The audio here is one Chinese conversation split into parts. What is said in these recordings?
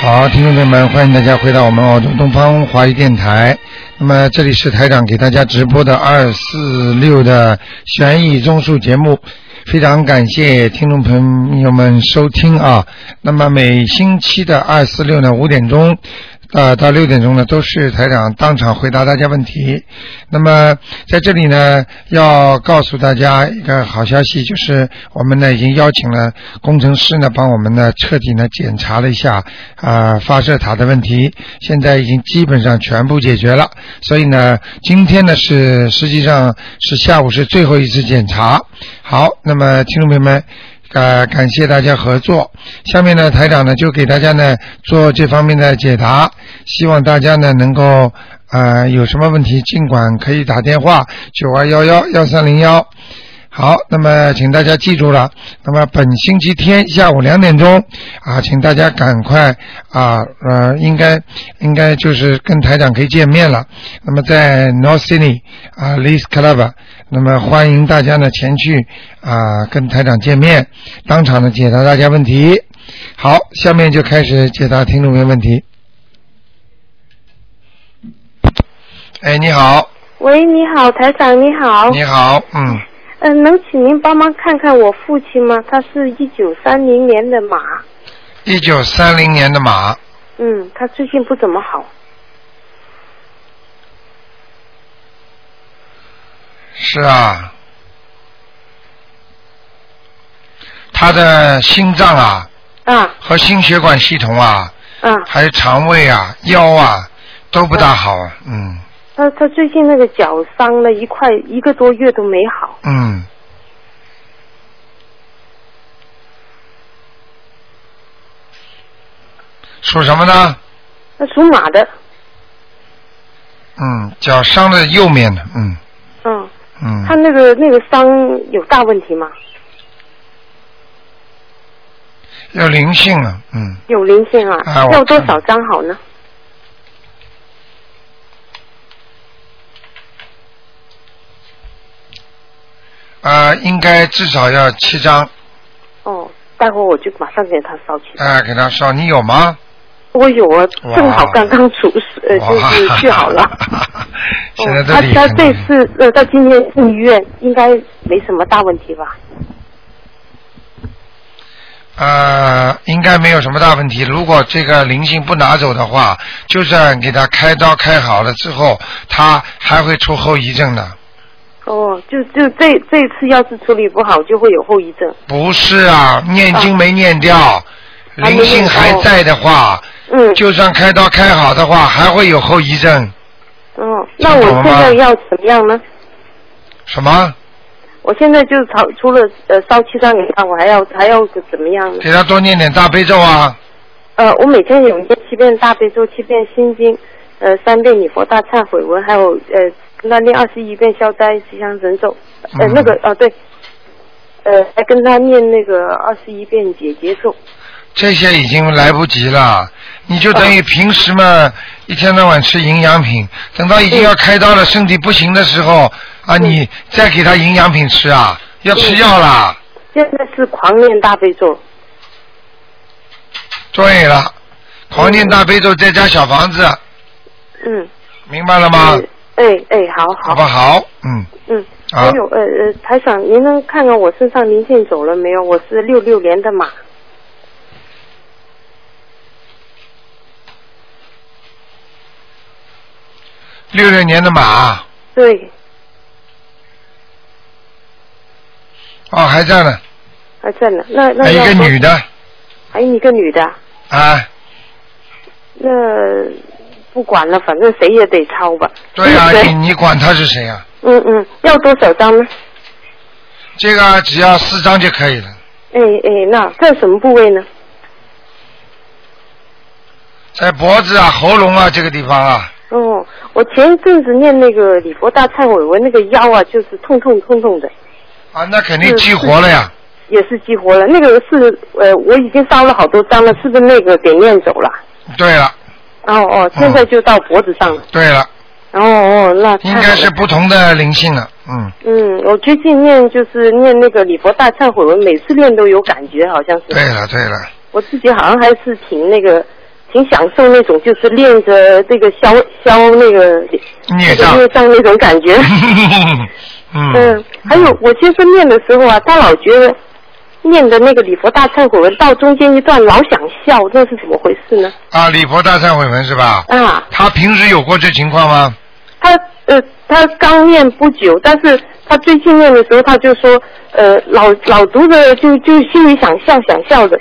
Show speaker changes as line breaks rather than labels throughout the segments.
好，听众朋友们，欢迎大家回到我们澳洲东方华语电台。那么这里是台长给大家直播的二四六的悬疑综述节目，非常感谢听众朋友们收听啊。那么每星期的二四六呢五点钟。啊，到六点钟呢，都是台长当场回答大家问题。那么在这里呢，要告诉大家一个好消息，就是我们呢已经邀请了工程师呢帮我们呢彻底呢检查了一下啊、发射塔的问题，现在已经基本上全部解决了。所以呢，今天呢是实际上是下午是最后一次检查。好，那么听众朋友们。呃，感谢大家合作。下面呢，台长呢就给大家呢做这方面的解答，希望大家呢能够呃有什么问题尽管可以打电话九二幺幺幺三零幺。好，那么请大家记住了，那么本星期天下午两点钟啊，请大家赶快啊呃，应该应该就是跟台长可以见面了。那么在 North Sydney 啊 l e a s Club，那么欢迎大家呢前去啊跟台长见面，当场呢解答大家问题。好，下面就开始解答听众朋友问题。哎，你好，
喂，你好，台长，你好。
你好，嗯，
嗯、能请您帮忙看看我父亲吗？他是一九三零年的马，
一九三零年的马，
嗯，他最近不怎么好。
是啊，他的心脏啊
啊
和心血管系统啊，
啊，
还有肠胃啊、腰啊都不大好啊，嗯
他他最近那个脚伤了一块一个多月都没好，
嗯，属什么呢？
他属马的，
嗯，脚伤的右面的，嗯
嗯，他
嗯，
那个那个伤有大问题吗？
有灵性啊，嗯，
有灵性啊，
啊我
要多少张好呢？
啊、应该至少要七张
哦，待会儿我就马上给他烧起来。
啊、给他烧，你有吗？
我有啊，
哇
正好刚刚处死，呃，
哇
就是去好了。
现在
哦，
都
他
厉害
他
了
这次呃，到今天进医院应该没什么大问题吧？
呃，应该没有什么大问题。如果这个灵性不拿走的话，就算给他开刀开好了之后，他还会出后遗症的。
哦，就就这这一次要是处理不好，就会有后遗症。
不是啊，念经没念掉，
啊还没
灵性还在的话，
嗯，
就算开刀开好的话，还会有后遗症。
哦，那我现在要怎么样呢？
什么？
我现在就朝除了呃烧七张给他，我还要还要怎么样呢？
给他多念点大悲咒啊！
呃，我每天有念七遍大悲咒，七遍心经，呃，三遍礼佛大忏悔文，还有呃，跟他念二十一遍消灾吉祥神咒，呃，
嗯
那个呃对，呃，还跟他念那个二十一遍解结咒。
这些已经来不及了，你就等于
啊
平时嘛，一天到晚吃营养品，等到已经要开刀了，身体不行的时候啊，
嗯
你再给他营养品吃啊，要吃药啦。
现在是狂念大悲咒，
对了，狂念大悲咒，再加小房子，
嗯。
明白了吗？
嗯哎哎，好好
好不好？嗯，
嗯。
好
还有呃呃，台长，您能看看我身上灵性走了没有？我是六六年的马，
六六年的马
对，
哦还在呢，
还在呢。那那
还有一个
要多
女，的
还有一个女的，
啊，
那不管了，反正谁也得抄吧。
对啊，
谁
你你管他是谁啊？
嗯嗯，要多少张呢？
这个只要四张就可以了，
哎哎，那在什么部位呢？
在脖子啊、喉咙啊这个地方啊，
哦，我前一阵子念那个礼佛大忏悔文，那个腰啊，就是痛痛痛痛的，
啊那肯定激活了呀。
也是激活了。那个是呃，我已经烧了好多张了，是不是那个给念走了？
对了，
哦哦，现在就到脖子上了。
对了，
哦哦，那太
应
好了
该是不同的灵性了，嗯，
嗯，我最近念就是念那个礼佛大忏悔文，每次念都有感觉，好像是。
对了对了，
我自己好像还是挺那个，挺享受那种，就是练着这个消消那个
孽
就
障
是，业障那种感觉。
嗯，
嗯，还有我先生念的时候啊，他老觉得念的那个礼佛大忏悔文到中间一段老想笑，那是怎么回事呢？
啊，礼佛大忏悔文是吧？
啊，
他平时有过这情况吗？
他呃，他刚念不久，但是他最近念的时候，他就说呃，老老读着就就心里想笑想笑的，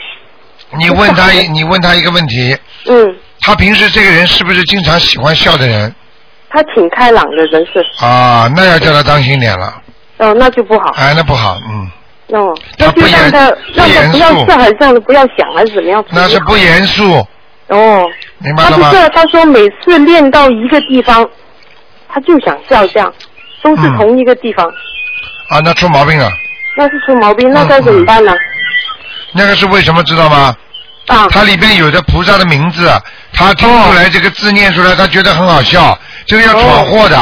你问他，你问他一个问题，
嗯，
他平时这个人是不是经常喜欢笑的人
他挺开朗的人是，
啊？那要叫他当心点了，
哦、那就不好，
哎，那不好，嗯，
哦，
他
那
不
就让
严
他让
不
他
严
不要
肃
笑，还是让他不要想，还是怎么样？
那是不严肃，
哦，
明白
他
了
不
吗？
是，他说每次练到一个地方，他就想笑，这样都是
嗯
同一个地方，
啊，那出毛病了，
那是出毛病，那
嗯
该怎么办呢？
那个是为什么知道吗？
啊，
它里边有的菩萨的名字，他听出来这个字念出来，他觉得很好笑，这个要
哦
闯祸的。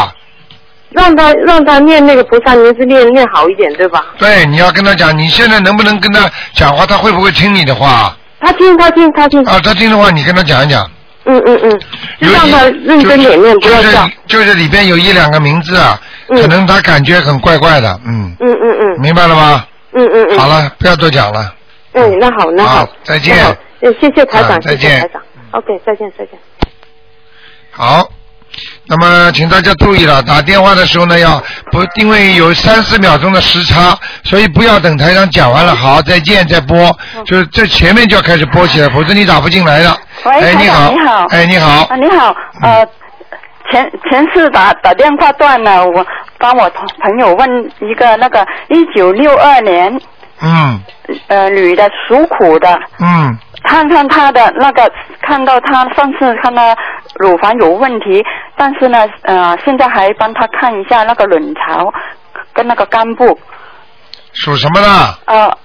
让他让他念那个菩萨名字念念好一点，对吧？
对，你要跟他讲，你现在能不能跟他讲话？他会不会听你的话？
他听他听他听，
啊，他听的话，你跟他讲一讲。
嗯嗯嗯，就
有
让
一
他认真点念，不要
就是
笑。
就是里边有一两个名字啊，
嗯
可能他感觉很怪怪的，嗯，
嗯嗯嗯
明白了吗？
嗯嗯嗯，
好，了，不要多讲了。
嗯，那好那
好再见
那好嗯，谢谢台
啊
长，
再
谢
见
谢台长，OK，再见再见。
好，那么请大家注意了，打电话的时候呢，要不因为有三四秒钟的时差，所以不要等台上讲完了，好，再见再拨，
嗯
就是这前面就要开始拨起来，否则你打不进来的。
喂
哎，
台长
你好，
你好
哎，你好
啊，，你好，呃，前前次打打电话断了，我帮我同朋友问一个那个一九六二年
嗯
呃女的属虎的，
嗯，
看看她的那个，看到她上次看她乳房有问题，但是呢，呃，现在还帮她看一下那个卵巢跟那个肝部，
属什么的？
呃，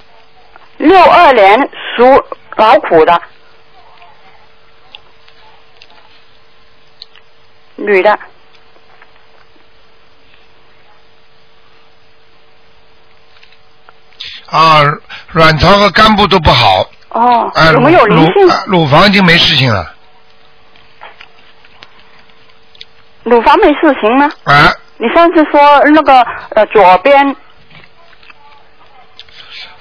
六二年属老虎的女的。
啊，卵巢和肝部都不好，
哦，
哎，
有没有
乳
灵性
乳、？啊乳房已经没事情了，
乳房没事情吗？
啊，
你上次说那个呃左边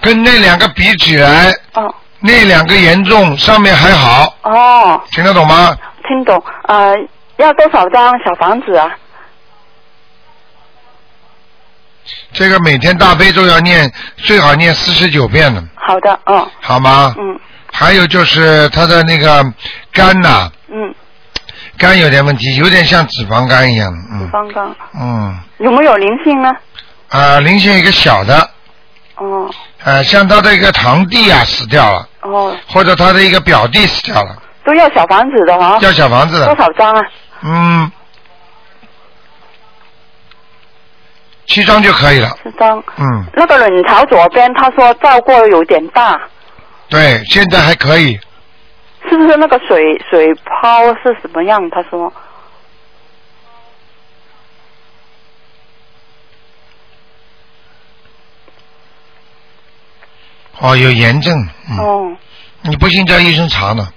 跟那两个比起来，
哦
那两个严重，上面还好，
哦，
听得懂吗？
听懂呃要多少张小房子啊？
这个每天大悲咒要念，最好念四十九遍呢，
好的，哦，
好吗？
嗯
还有就是他的那个肝呐、
嗯，
肝有点问题，有点像脂肪肝一样，嗯
刚刚
嗯，
有没有灵性呢？
啊、零星一个小的，
哦
呃，像他的一个堂弟啊死掉了，
哦，
或者他的一个表弟死掉了，
都要小房子的哈、
要小房子
啊多
的，
少张啊？
嗯，七张就可以了，
十张。
嗯，
那个卵巢左边，他说照过有点大，
对，现在还可以，
是不是那个水水泡是什么样？他说，
哦，有炎症，嗯，
哦，
你不信叫医生查呢，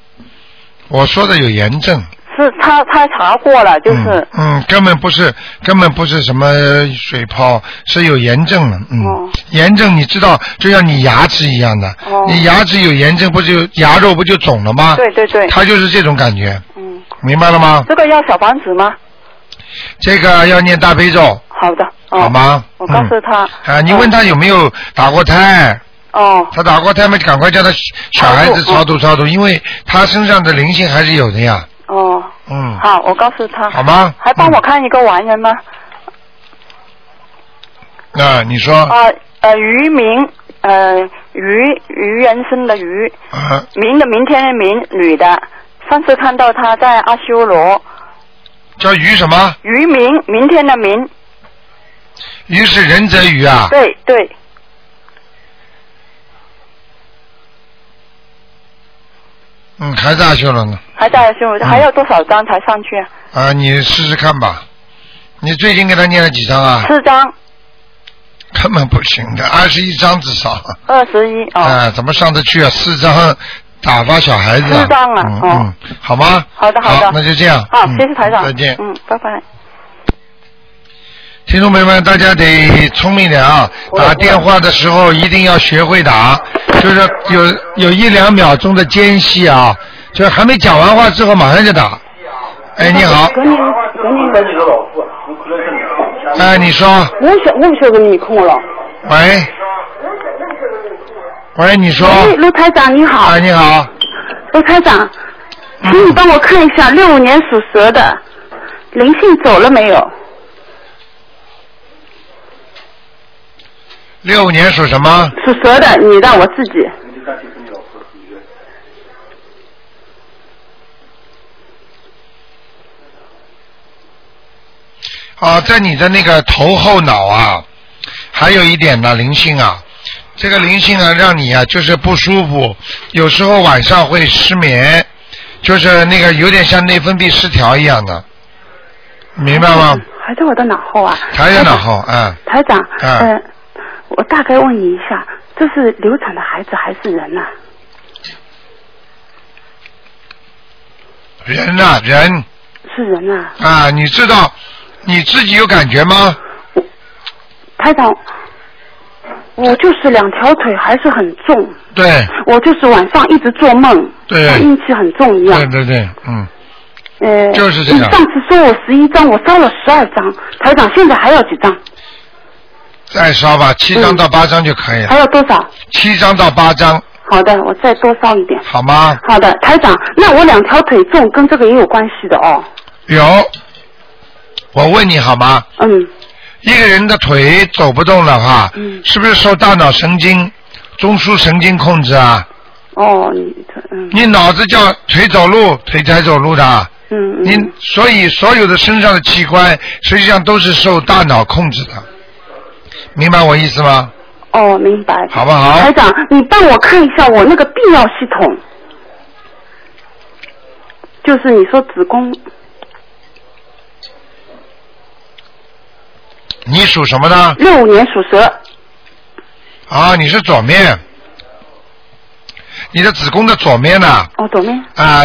我说的有炎症。
是他他查过了，就是，
嗯，嗯根本不是，根本不是什么水泡，是有炎症了。嗯，
哦
炎症你知道，就像你牙齿一样的，
哦
你牙齿有炎症，不就牙肉不就肿了吗？
对对对，
它就是这种感觉，
嗯，
明白了吗？
这个要小房子吗？
这个要念大悲咒，
好的，哦、
好？吗？
我告诉
嗯
他。
啊，你问他有没有打过胎？
哦，
他打过胎嘛，赶快叫他小孩子超
超
度超度，因为他身上的灵性还是有的呀。
哦，
嗯，
好，我告诉他。
好吗？
还帮我看一个完人吗？
嗯。啊，你说啊
啊呃，于明，呃，于于人生的于，
啊
明的明天的明，女的。上次看到她在阿修罗，
叫于什么？
于明，明天的明，
于是仁者于啊。
对对，
嗯，还是阿修罗呢。
还在阿修罗，
嗯
还要多少张才上去啊？
啊，你试试看吧。你最近给他念了几张 啊？
四张，
根本不行的，二十一张至少。
二十一哦，
嗯啊，怎么上得去啊？四张，打发小孩子、啊。
适当啊
嗯
哦
嗯，好吗？
好的好的
那就这样。
好，
嗯
谢谢台长。
再见。
嗯，拜拜。
听众朋友们，大家得聪明点啊！打电话的时候一定要学会打，就是有有一两秒钟的间隙啊，就是还没讲完话之后马上就打。哎，你好，
跟你跟你，
哎，你说，
我晓我不晓得你空了。
喂，喂，你说，
喂，哎卢台长你好
啊，，你好，
卢台长，请你帮我看一下六五年属蛇的灵性走了没有？
六五年属什么？
属蛇的，你让我自己。
啊，在你的那个头后脑啊，还有一点呢，灵性啊，这个灵性啊，让你啊就是不舒服，有时候晚上会失眠，就是那个有点像内分泌失调一样的，明白吗？？
还在我的脑后啊。
还有脑后，嗯，
台长。台长。
嗯
呃，我大概问你一下，这是流产的孩子还是人呐、啊
人呐、人
是人呐、
啊，你知道你自己有感觉吗？
台长，我就是两条腿还是很重，
对，
我就是晚上一直做梦，
对
像阴气很重一样
对。对对，嗯，
呃，
就是这样
你上次说我十一张，我烧了十二张，台长现在还要几张？
再烧吧，七张到八张就可以了，
还要多少？
七张到八张，
好的，我再多烧一点。
好吗？
好的，台长，那我两条腿重跟这个也有关系的哦。
有，我问你好吗？
嗯，
一个人的腿走不动的话，
嗯
是不是受大脑神经、中枢神经控制啊？
哦，你这嗯
你脑子叫腿走路，腿才走路的。
嗯
你
嗯，
所以所有的身上的器官，实际上都是受大脑控制的，明白我意思吗？
哦，明白。
好不好
台长，你帮我看一下我那个泌尿系统，就是你说子宫
你属什么呢？
六五年属蛇，
啊，你是左面，你的子宫的左面呢、啊？
哦，左面，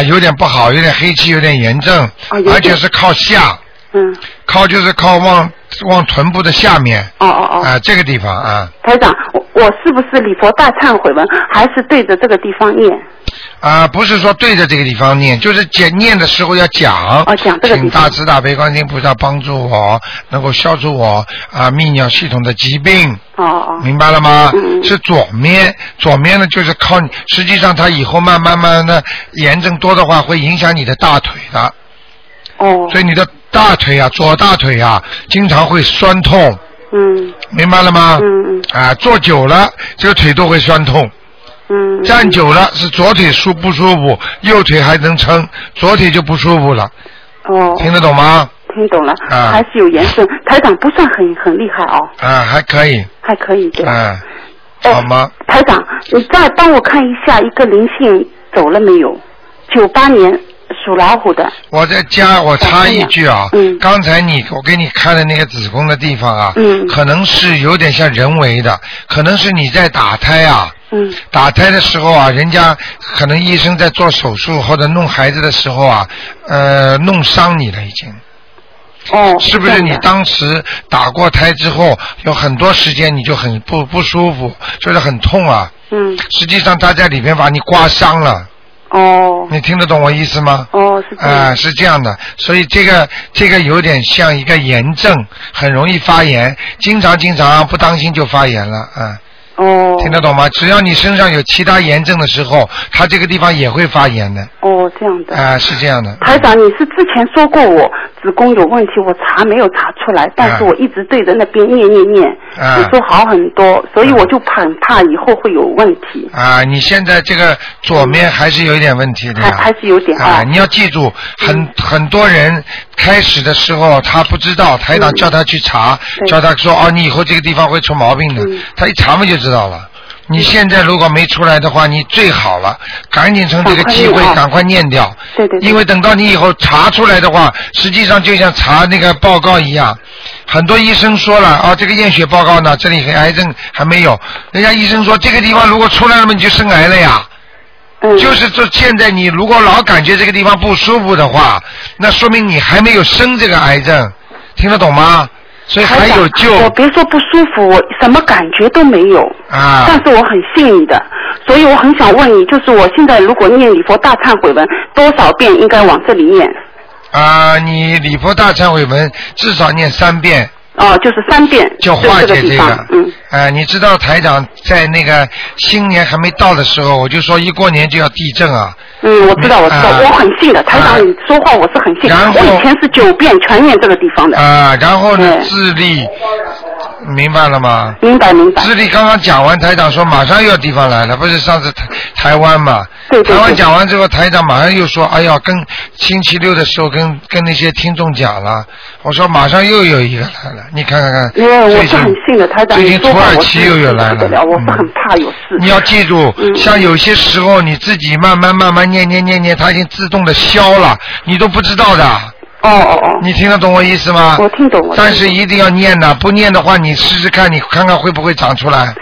有点不好，有点黑气，有点炎症，
啊有点
而且是靠下，
嗯，
靠就是靠往往臀部的下面
哦哦
啊、
哦，
这个地方啊。
台长，我我是不是礼佛大忏悔文，还是对着这个地方念？
啊、不是说对着这个地方念，就是讲念的时候要讲。
哦讲这个地
请
方
大慈大悲观世音菩萨帮助我，能够消除我啊、泌尿系统的疾病，
哦哦，
明白了吗？
嗯嗯
是左面，左面呢就是靠你，实际上它以后慢慢慢的炎症多的话，会影响你的大腿的，
哦，
所以你的大腿啊，左大腿啊，经常会酸痛，
嗯
明白了吗？
嗯嗯
啊，坐久了这个腿都会酸痛。
嗯，
站久了是左腿舒不舒服，右腿还能撑，左腿就不舒服了，
哦，
听得懂吗？
听懂了，
啊
还是有延伸。台长不算很很厉害哦，
啊，还可以，
还可以对吧。
啊，
哎
好吗？
台长，你再帮我看一下一个灵性走了没有？九八年属老虎的，
我再加，我插一句啊，
嗯
刚才你我给你看的那个子宫的地方啊，
嗯
可能是有点像人为的，可能是你在打胎啊，
嗯
打胎的时候啊，人家可能医生在做手术或者弄孩子的时候啊，呃，弄伤你了已经。
哦，
是不是
这
你
样的
当时打过胎之后，有很多时间你就很不不舒服，就是很痛啊？
嗯
实际上他在里面把你刮伤了，
哦
你听得懂我意思吗？
哦是这
啊、
样，
是这样的，所以这个这个有点像一个炎症，很容易发炎，经常经常不当心就发炎了啊、
哦
听得懂吗？只要你身上有其他炎症的时候，它这个地方也会发炎的，
哦这样的。
啊、是这样的。
台长，你是之前说过我子宫有问题，我查没有查出来，但是我一直对着那边念念念，
啊
你说好很多，所以我就很怕以后会有问题，
啊、你现在这个左面还是有一点问题的
还
呀。
还是有点
啊，
啊。
你要记住，很很多人开始的时候他不知道，台长
嗯
叫他去查，
对
叫他说哦，你以后这个地方会出毛病的
嗯，
他一查嘛就知道了。你现在如果没出来的话，你最好了，赶紧趁这个
赶快
机
念
会
啊
赶快念掉，
对对对
因为等到你以后查出来的话，实际上就像查那个报告一样，很多医生说了啊，这个验血报告呢，这里还癌症还没有，人家医生说这个地方如果出来了嘛，你就生癌了呀。
嗯
就是这现在你如果老感觉这个地方不舒服的话，那说明你还没有生这个癌症，听得懂吗？所以还
台长
有救
我别说不舒服，我什么感觉都没有，
啊！
但是我很信你的，所以我很想问你，就是我现在如果念礼佛大忏悔文多少遍应该往这里念？
啊、你礼佛大忏悔文至少念三遍，
哦，就是三遍，
就
就
化
这
解
地
这
方，
个。
嗯，
呃，你知道台长在那个新年还没到的时候，我就说一过年就要地震啊。
嗯，我知道，我知道，
啊
我很信的，台
啊
长，你说话我是很信，
然后
我以前是九遍全念这个地方的，
啊、然后呢，
对
智利，明白了吗？
明白明白，
智利刚刚讲完，台长说马上又要地方来了，不是上次台台湾嘛？
对对
台湾
对，
讲完之后，台长马上又说：“哎呀，跟星期六的时候跟跟那些听众讲了，我说马上又有一个来了，你看看看。”
因为我
最
是
近
很信的，台长，
最
你
近
说
土
话
耳
我
其
是
又有来
信
了
得，了，我是
嗯
很怕有事，
你要记住，
嗯
像有些时候你自己慢慢慢慢念念念念，它已经自动的消了，你都不知道的。
哦哦哦，
你听得懂我意思吗？
我听懂，我听懂
但是一定要念呐，不念的话，你试试看，你看看会不会长出来？啊、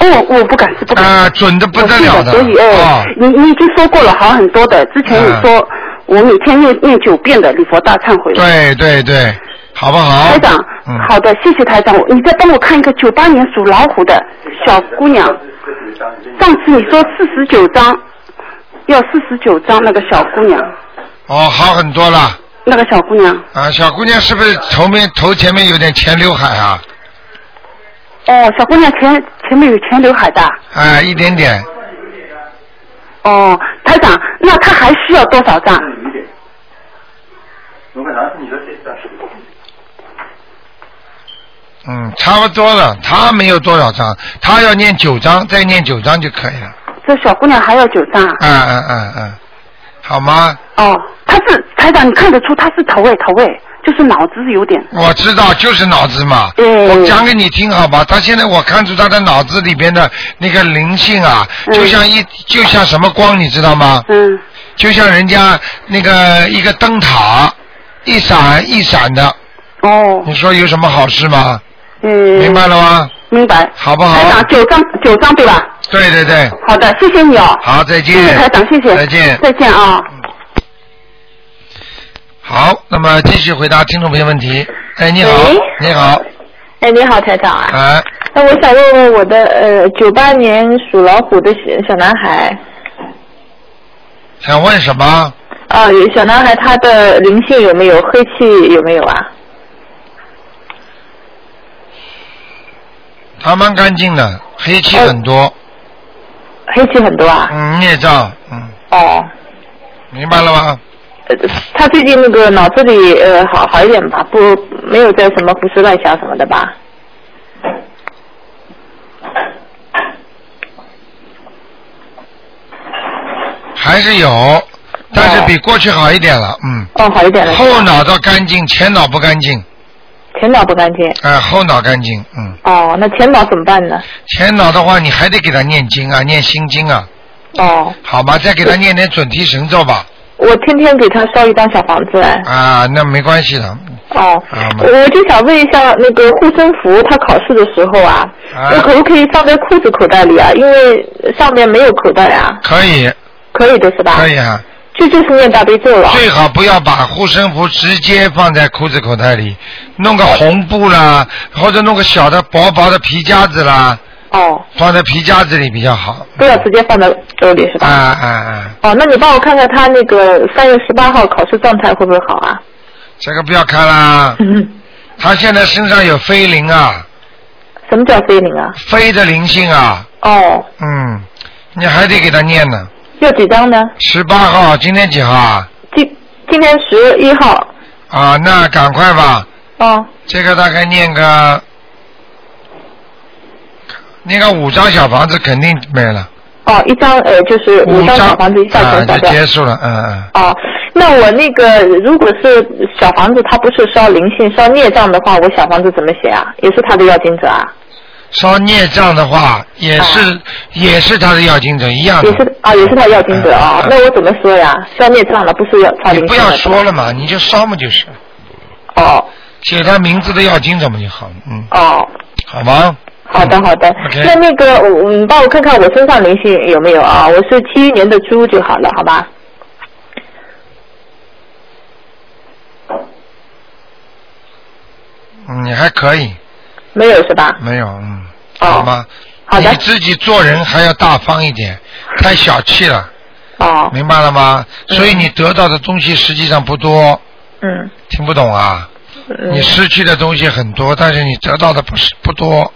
哦，我不敢是不敢。
准的不得
我
了
记所以哎，
哦，
你你已经说过了，好很多的。之前你
嗯
说、我每天念念九遍的礼佛大忏悔。
对对对，好不好？
台长，
嗯，
好的，谢谢台长。你再帮我看一个九八年属老虎的小姑娘。上次你说四十九张，要四十九张那个小姑娘，
哦，好很多了。
那个小姑娘。
啊，小姑娘是不是头面头前面有点前刘海啊？
哦，小姑娘前前面有前刘海的。
哎，一点点。
哦，台长，那她还需要多少张？
嗯，差不多了。她没有多少张，她要念九张，再念九张就可以了。
这小姑娘还要九张啊？
嗯嗯嗯嗯，好吗？
哦，他是台长，你看得出他是头哎头哎，就是脑子有点。
我知道，就是脑子嘛。
嗯
我讲给你听好吧，他现在我看出他的脑子里边的那个灵性啊，
嗯
就像一就像什么光，你知道吗？
嗯，
就像人家那个一个灯塔，一闪一闪的，
哦，
你说有什么好事吗？
嗯，
明白哦了吗？
明白。
好不好
台长九张九张对吧？
对对对，
好的，谢谢你哦。
好，再
谢
见。
谢台长，谢谢。
再见。
再见啊。
好，那么继续回答听众朋友问题。哎，你好
喂，
你好，
哎，你好，台长啊。
哎，
那我想问问我的呃，九八年属老虎的小小男孩，
想问什么？
啊，有小男孩他的灵性有没有？黑气有没有啊？
他蛮干净的，黑气很多，
哎
黑气很多啊。
嗯，孽障，嗯，
哦。
明白了吗？
呃，他最近那个脑子里呃好好一点吧，不没有在什么胡思乱想什么的吧？
还是有，但是比过去好一点了，嗯。
哦，好一点了。
后脑勺干净，前脑不干净，
前脑不干净。
哎、后脑干净，嗯，
哦，那前脑怎么办呢？
前脑的话你还得给他念经啊，念心经啊，
哦，
好吧，再给他念点准提神咒吧，
我天天给他烧一张小房子哎。
啊，那没关系的，
哦
啊，没
我就想问一下，那个护身符，他考试的时候啊，
啊
我可不可以放在裤子口袋里啊？因为上面没有口袋啊，
可以，
可以的是吧？
可。以啊。
这就是念大悲咒了。
最好不要把护身符直接放在裤子口袋里，弄个红布啦，或者弄个小的薄薄的皮夹子啦，
哦，
放在皮夹子里比较好。
不要直接放在兜里是
啊
吧？
啊啊！
哦，那你帮我看看他那个三月十八号考试状态会不会好啊？
这个不要看啦，
嗯。
他现在身上有飞灵啊，
什么叫飞灵啊？
飞的灵性啊，
哦，
嗯，你还得给他念呢。
要几张呢？
十八号，今天几号啊？
今今天十一号。
啊，那赶快吧，
哦，
这个大概念个，念个五张小房子肯定没了。
哦，一张呃就是五张小房子一下全
啊，
扫
就
掉。
结束了，嗯嗯。
哦，那我那个如果是小房子，它不是烧灵性、烧孽障的话，我小房子怎么写啊？也是他的要经者啊，
烧孽障的话，也是、也是他的要精者一样的。
也是啊，也是他要经者啊、
嗯嗯
那我怎么说呀？烧孽障了，不是要烧
你
灵性的
不要说了嘛，你就烧嘛就是，
哦
写他名字的要精者嘛就好了，嗯，
哦，
好吗？
好的，好的。
嗯 OK
那那个，我你帮我看看我身上灵性有没有啊？我是七一年的猪就好了，好吧？
嗯，你还可以，
没有是吧？
没有，嗯，
哦
好吗？
好的
你自己做人还要大方一点，太小气了，
哦，
明白了吗？所以你得到的东西实际上不多，
嗯
听不懂啊？你
嗯
失去的东西很多，但是你得到的不是不多，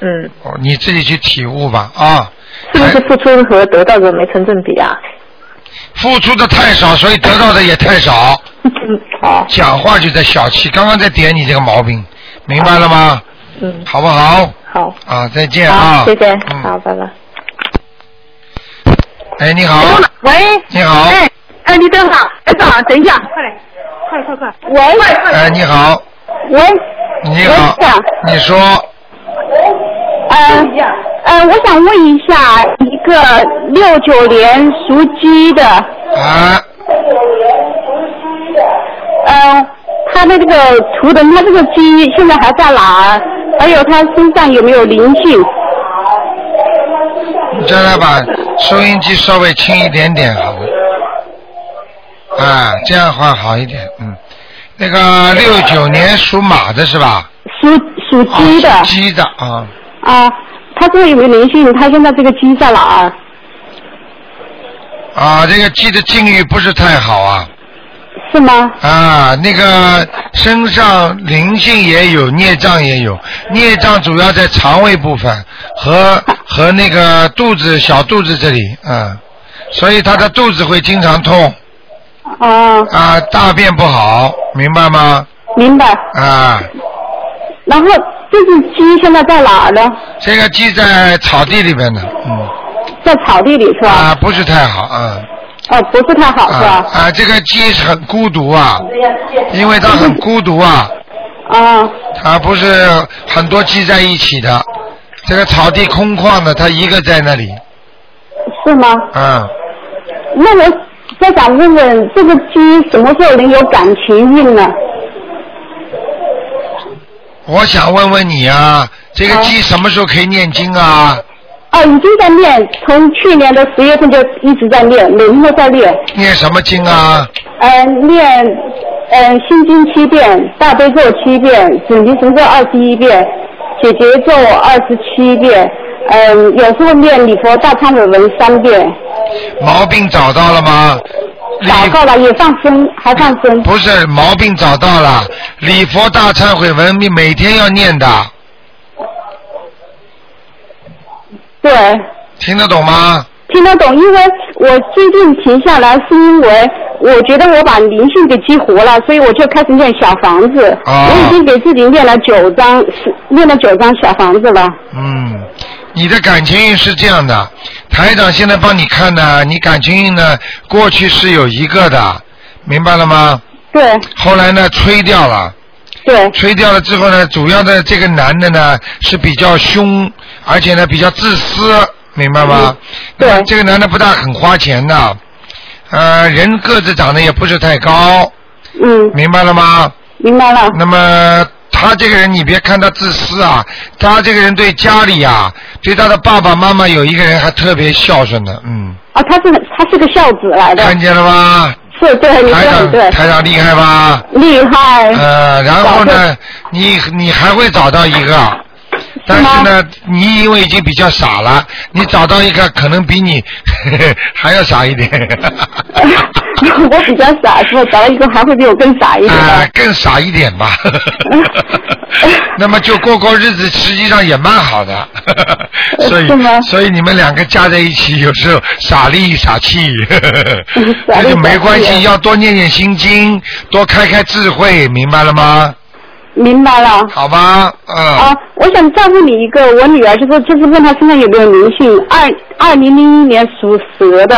嗯，
哦你自己去体悟吧啊！
是不
还
是付出和得到的没成正比啊？
付出的太少，所以得到的也太少，
嗯，哦，
讲话就在小气。刚刚在点你这个毛病，明白了吗？
嗯，
好不好？
好，
啊，再见啊！
好，谢谢，好，
嗯，
拜拜。
哎，你好，
喂，
你好，
哎，哎，你等好，哎，等好，等一下，快来，快快快，喂，快快，
哎，你好，
喂，
你好
我想，
你说，
呃，呃，我想问一下，一个六九年属鸡的，
啊，
呃，他的这个图腾，他这个鸡现在还在哪儿？还有他身上有没有灵性？
你再来把收音机稍微轻一点点好了，啊，这样的话好一点，嗯。那个六九年属马的是吧？
属属鸡的
啊属鸡的啊，
啊，他这个有没有灵性？他现在这个鸡在哪儿？
啊，这个鸡的境遇不是太好啊。
是吗？
啊，那个身上灵性也有，孽障也有，孽障主要在肠胃部分和和那个肚子小肚子这里，嗯，所以他的肚子会经常痛
啊，
啊，大便不好，明白吗？
明白。
啊，
然后这只鸡现在在哪儿呢？
这个鸡在草地里边的，嗯，
在草地里是吧？
啊，不是太好，啊
哦，不是太好是嗯
啊
吧？
啊，这个鸡是很孤独啊，因为它很孤独啊，
啊
它不是很多鸡在一起的，这个草地空旷的，它一个在那里。
是吗？
嗯，
那我再想问问，这个鸡什么时候能有感情运呢？
我想问问你啊，这个鸡什么时候可以念经啊？
哦，已经在练，从去年的十月份就一直在练，每天都在练，
念什么经啊？
呃，练呃心经七遍，大悲咒七遍，准提神咒二十一遍，解结咒二十七遍，嗯、有时候念礼佛大忏悔文三 遍，
毛病找到了吗？礼
祷告了也放生，还放生。
不是毛病找到了，礼佛大忏悔文你每天要念的，
对，
听得懂吗？
听得懂，因为我最近停下来是因为我觉得我把灵性给激活了，所以我就开始念小房子。
哦
我已经给自己念了九张，是念了九张小房子了。
嗯，你的感情运是这样的，台长现在帮你看呢，你感情运呢，过去是有一个的，明白了吗？
对
后来呢，吹掉了。
对，
吹掉了之后呢，主要的这个男的呢是比较凶，而且呢比较自私，明白吗？
嗯对
那么这个男的不大很花钱的，呃，人个子长得也不是太高，
嗯，
明白了吗？
明白了。
那么他这个人，你别看他自私啊，他这个人对家里啊，对他的爸爸妈妈有一个人还特别孝顺的，嗯，
啊，他是他是个孝子来的，
看见了吧？
是对，你
台
说
长
的对，嗯
台长厉害吧？
厉害。
呃，然后呢，你你还会找到一个，但是呢，你因为已经比较傻了，你找到一个可能比你 还要傻一点，
我比较傻，是吧？找了一个还会比我更傻一 点
啊、
的。
更傻一点 吧。那么就过过日子，实际上也蛮好的，所
是吗
以所以你们两个加在一起，有时候傻里傻 气，
傻
那
里
就没
傻
关系，
气
要多念念心经，多开开智慧，明白了吗？
嗯明白了。
好吧，嗯。
啊，我想再问你一个，我女儿就说，就是问她身上有没有灵性，二二零零一年属蛇的，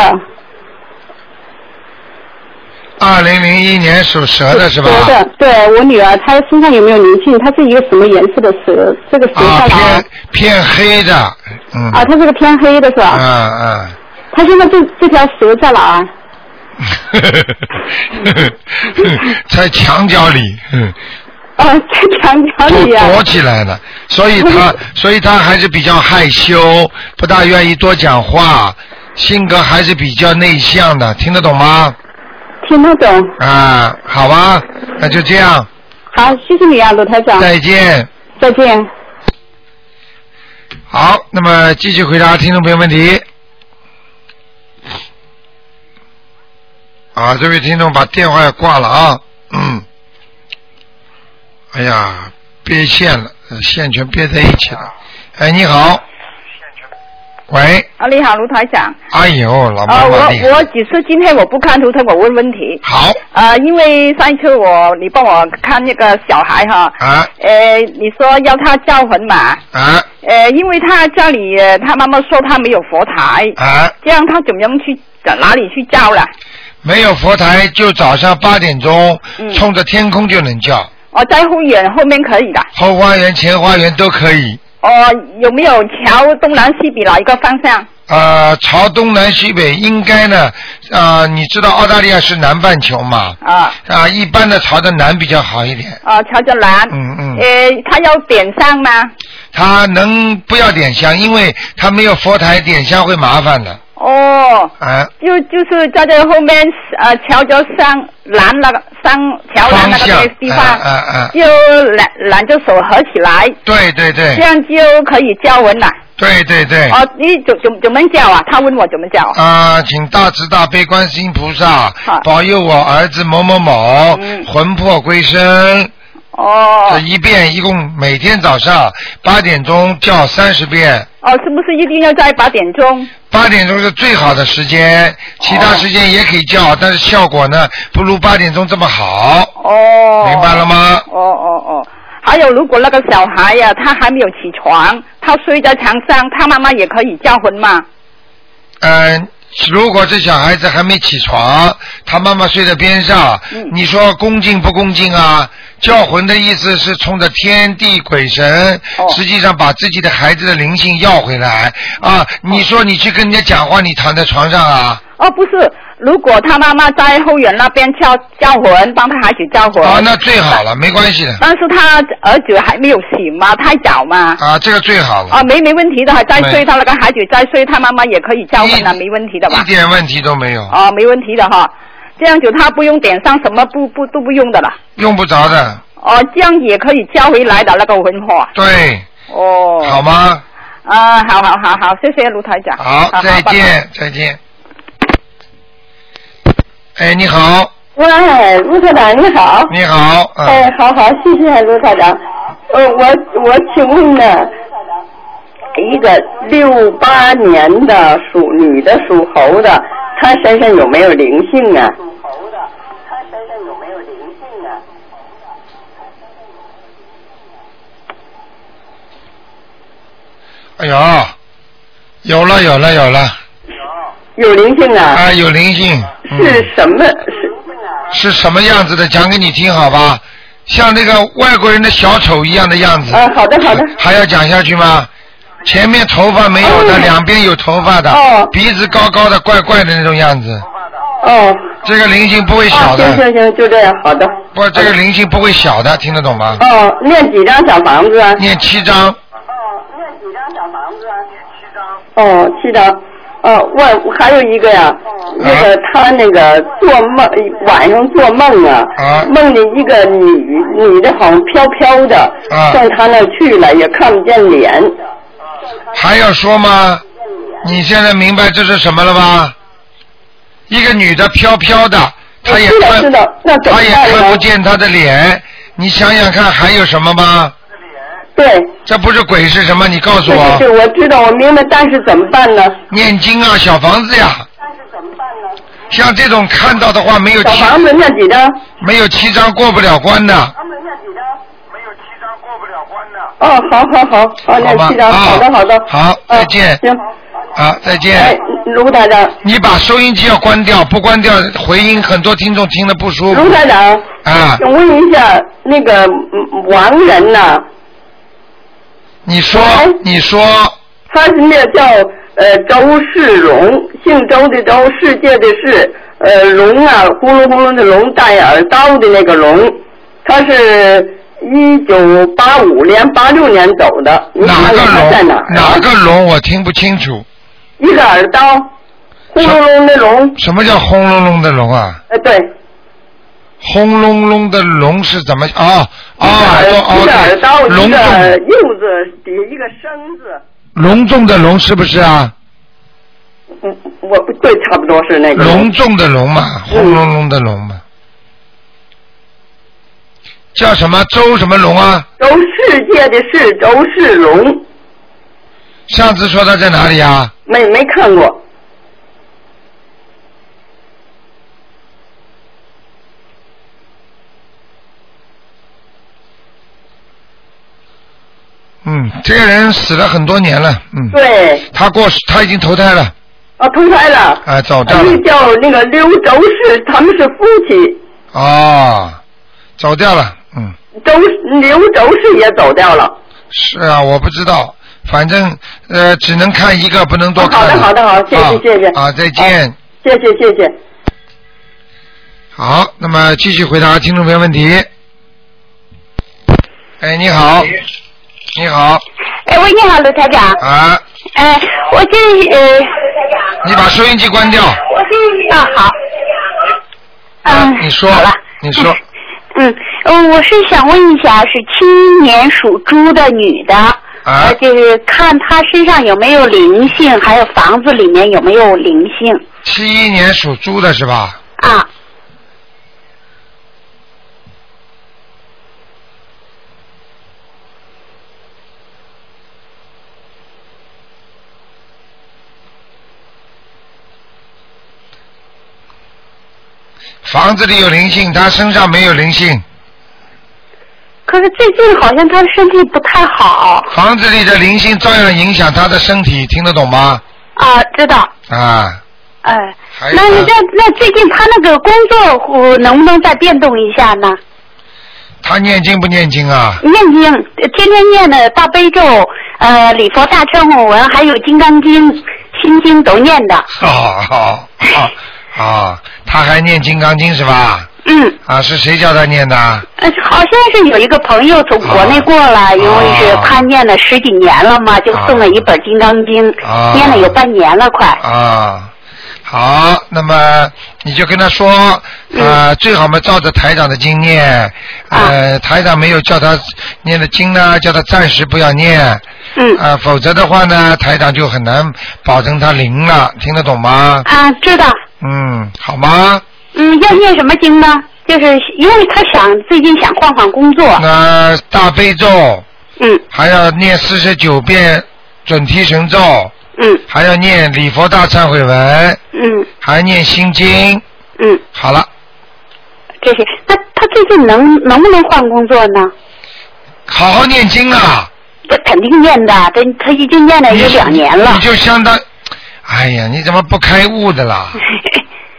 二零零一年属蛇的是吧？
蛇的，对我女儿她身上有没有灵性？她是一个什么颜色的蛇？这个蛇
啊，
在哪儿
偏？偏黑的，嗯。
啊，她是个偏黑的是吧？
嗯 嗯。
她现在这这条蛇在哪儿？
在墙角里，嗯，
呃，在墙角里啊
躲。躲起来了，所以他所以他还是比较害羞，不大愿意多讲话，性格还是比较内向的，听得懂吗？
听得懂。
啊，好吧，那就这样，
好，谢谢你啊，鲁台长。
再见。
再见。
好，那么继续回答听众朋友问题。啊，这位听众把电话也挂了啊，嗯，哎呀，憋线了，呃线全憋在一起了。哎，你好，喂，
啊，你好，卢台长。
哎呦，老
啊，
妈
我
妈厉害，
我只是今天我不看图腾，我问问题。
好
啊，因为上一次我你帮我看那个小孩哈，
啊
呃，你说要他叫魂嘛，
啊
呃，因为他家里呃他妈妈说他没有佛台，
啊，
这样他怎么样去找哪里去叫了？
没有佛台就早上八点钟
嗯
冲着天空就能叫，
哦，在后院后面可以的。
后花园、前花园都可以。
哦，有没有朝东南西北哪一个方向？
呃，朝东南西北应该呢，呃，你知道澳大利亚是南半球嘛？
啊
啊，一般的朝着南比较好一点。
啊，朝着南。
嗯嗯
呃，他要点上吗？
他能不要点香，因为他没有佛台，点香会麻烦的。
哦。
啊，
就就是在这后面呃，朝着山南那个山桥南
方
那
向
个地地，
啊
方，
啊啊，
就两两只手合起来，
对对
这
对，
样就可以叫人了。
对对对。
哦，你怎怎怎么叫啊？他问我怎么叫。
啊，请大慈大悲观世音菩萨
好
保佑我儿子某某某
嗯
魂魄归生。啊这
哦
一遍一共每天早上八点钟叫三十遍，
哦，是不是一定要在八点钟？
八点钟是最好的时间，其他时间也可以叫，但是效果呢不如八点钟这么好，
哦。
明白了吗？
哦哦哦，还有，如果那个小孩呀、他还没有起床，他睡在床上，他妈妈也可以叫魂嘛？
嗯、如果这小孩子还没起床，他妈妈睡在边上，
嗯
你说恭敬不恭敬啊？叫魂的意思是冲着天地鬼神，
哦
实际上把自己的孩子的灵性要回来啊！你说你去跟人家讲话，你躺在床上啊？
哦，不是，如果他妈妈在后院那边叫叫魂，帮他孩子叫魂。
啊，那最好了，没关系的
但是他儿子还没有醒嘛，太早嘛。
啊，这个最好了。
啊，没没问题的，还在
没
睡，他那个孩子在睡，他妈妈也可以叫魂啊，
一
没问题的吧
一？点问题都没有，
啊，没问题的哈，这样子他不用点上什么不不都不用的了。
用不着的。
哦，这样也可以叫回来的那个魂魄。
对，
哦。
好吗？
啊，好好好好，谢谢卢台长。
好，再。见，再见。哎，你好，
喂，卢台长你好。
你好，嗯，
哎，好好，谢谢卢台长。呃，我我请问呢，一个六八年的属女的属猴的，她身上有没有灵性啊？
哎呦，有了，有了，有了，
有灵性啊？
啊，有灵性，
是
嗯，
什么？是
是什么样子的？讲给你听好吧，像那个外国人的小丑一样的样子。
啊，好的好的。
还要讲下去吗？前面头发没有的，
哦
两边有头发的，
哦
鼻子高高的，怪怪的那种样子。
哦，
这个灵性不会
啊，
小的，
行行行，就这样，好的。
不，这个灵性不会小的，听得懂吗？
哦，念几张小房子啊？
念七章，
哦，七张。哦，我我还有一个呀、
嗯
那个他那个做梦，晚上做梦啊，
啊
梦见一个女女的，好像飘飘的，
啊
上他那儿去了，也看不见脸。
还要说吗？你现在明白这是什么了吧？一个女的飘飘的，她也
我
看
知道知道，那怎么
她也
办呢
看不见她的脸，你想想看还有什么吗？
对，
这不是鬼是什么？你告诉
对对
我，
对，我知道，我明白，但是怎么办呢？
念经啊，小房子呀。像这种看到的话，没有
小
七
房子那几张？
没有七章过不了关的，
哦，好好好，好，
好吧
哦那七张，
啊
好的好的，
好
嗯
再见
行，
好，再见。
哎，卢台长，
你把收音机要关掉，不关掉回音很多听众听得不舒
卢
服
台长，
啊！
请问一下，那个嗯亡人呐、
你说
喂，
你说，
他是那叫呃周世荣，姓周的周，世界的世，呃龙啊，呼噜呼噜的龙，带耳刀的那个龙，他是
一九八五年、八六年走的，你
哪
看
个
看他在
龙
哪儿？
哪个龙我听不清楚。
一个耳刀，轰隆隆的隆，
什么叫轰隆隆的隆啊？
哎对，
轰隆隆的隆是怎么？哦哦耳朵
一个一个耳
哦，
刀，
对，隆
一个
重
柚子底一个生字，
隆重的隆是不是啊？
嗯，我不对，差不多是那个
隆重的隆嘛，
嗯
轰隆隆的隆嘛。叫什么周什么龙啊？
周世界的世，周世龙，
上次说他在哪里啊？
没没看过，
嗯，这个人死了很多年了，嗯，
对，
他过世他已经投胎了，
啊，投胎了，
啊，早掉了
那，叫那个刘周氏，他们是夫妻，
哦，走掉了，嗯，
周刘周氏也走掉了。
是啊，我不知道，反正呃，只能看一个，不能多看了。
好的好的好谢谢
啊
谢谢
啊，再见。
谢谢谢谢。
好，那么继续回答听众朋友问题。哎，你好，你好，
哎喂，你好，卢台长。
啊，
哎、我这呃，
你把收音机关掉。
我这啊好。
啊
嗯，，
你说
好了，
你说，
嗯，呃我是想问一下，是七一年属猪的女的，
啊
呃，就是看她身上有没有灵性，还有房子里面有没有灵性
七一年属猪的是吧？
啊？
房子里有灵性，他身上没有灵性。
可是最近好像她的身体不太好
房子里的灵性照样影响他的身体，听得懂吗？
啊，知道。
啊，
哎、
还有啊
那
呢
那那最近她那个工作呃能不能再变动一下呢？
他念经不念经啊？
念经，呃天天念的大悲咒，呃，礼佛大忏悔文，还有金刚经、心经都念的。
好好好好，啊他还念金刚经是吧？
嗯，
啊，是谁教他念的？
呃，好像是有一个朋友从国内过来，因为是他念了十几年了嘛，就送了一本金刚经，
啊
念了有半年了快。
啊，好，那么你就跟他说，啊、最好嘛照着台长的经念，呃，台长没有叫他念的经呢，叫他暂时不要念，
嗯
啊、否则的话呢，台长就很难保证他灵了，听得懂吗？
啊，知道。
嗯，好吗？
嗯，要念什么经呢？就是因为他想最近想换换工作。啊
那大悲咒
嗯
还要念四十九遍准提神咒，
嗯
还要念礼佛大忏悔文，
嗯
还念心经。
嗯，
好了，
这些。那他最近能能不能换工作呢？
好好念经啊！
这肯定念的，这他已经念了哎有两年了
你。就相当，哎呀，你怎么不开悟的啦？
嗯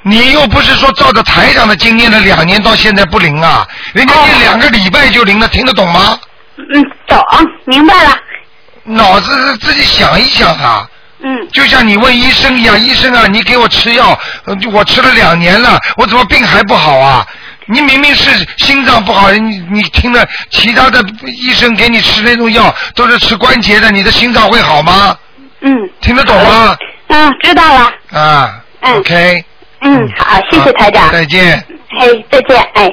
你又不是说照着台长的经念了两年，到现在不灵啊？人家
哦
念两个礼拜就灵了，听得懂吗？
嗯，走啊，明白了。
脑子自己想一想啊！
嗯
就像你问医生一样，医生啊，你给我吃药，呃我吃了两年了，我怎么病还不好啊？你明明是心脏不好，你你听了其他的医生给你吃那种药，都是吃关节的，你的心脏会好吗？
嗯
听得懂吗？
嗯，知道了。
啊
嗯
，OK，
嗯，好，谢谢台长
好。再见。
嘿，再见，哎。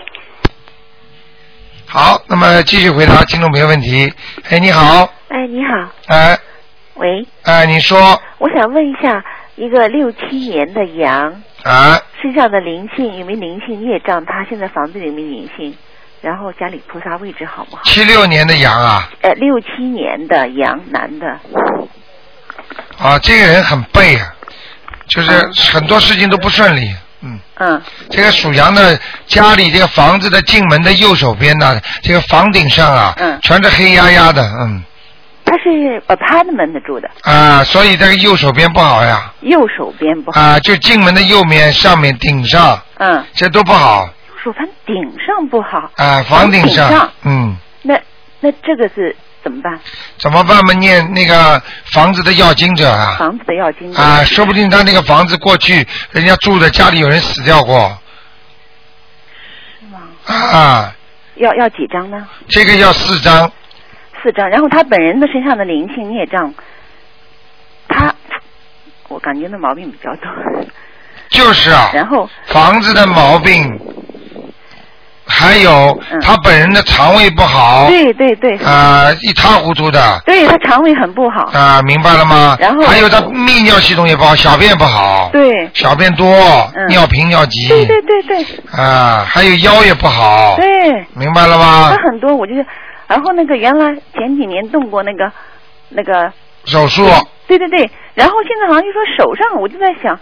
好，那么继续回答听众朋友问题。哎，你好，
哎，你好，
哎
喂，
哎，你说，
我想问一下，一个六七年的羊
哎，
身上的灵性有没有灵性业障？他现在房子里有没有灵性？然后家里菩萨位置好不好？
七六年的羊啊，
呃，六七年的羊男的，
啊，这个人很背啊，
嗯
就是很多事情都不顺利。嗯，
嗯，
这个属羊的家里这个房子的进门的右手边呢，这个房顶上啊，
嗯
全是黑压压的，嗯，
他是 apartment 的住的，
啊，所以这个右手边不好呀，
右手边不好，
啊，就进门的右面上面顶上，
嗯，
这都不好，
手盘顶上不好，
啊，房顶
房顶上
嗯。
那那这个是怎么办？
怎么办嘛？念那个房子的要经者啊
房子的要经者
啊，说不定他那个房子过去人家住的，家里有人死掉过
是吗？
啊，
要要几张呢？
这个要四张，
四张。然后他本人的身上的灵性孽障，他我感觉那毛病比较多。
就是啊，
然后
房子的毛病，还有他本人的肠胃不好，
嗯对对对，
啊、一塌糊涂的，
对他肠胃很不好。
啊、明白了吗？
然后
还有他泌尿系统也不好，小便不好，
对，
小便多，
嗯
尿频尿急，
对对对对，
啊、还有腰也不好，
对，啊
明白了吗
他？很多，我就是，然后那个原来前几年动过那个那个，
手术
对对对，然后现在好像就说手上，我就在想，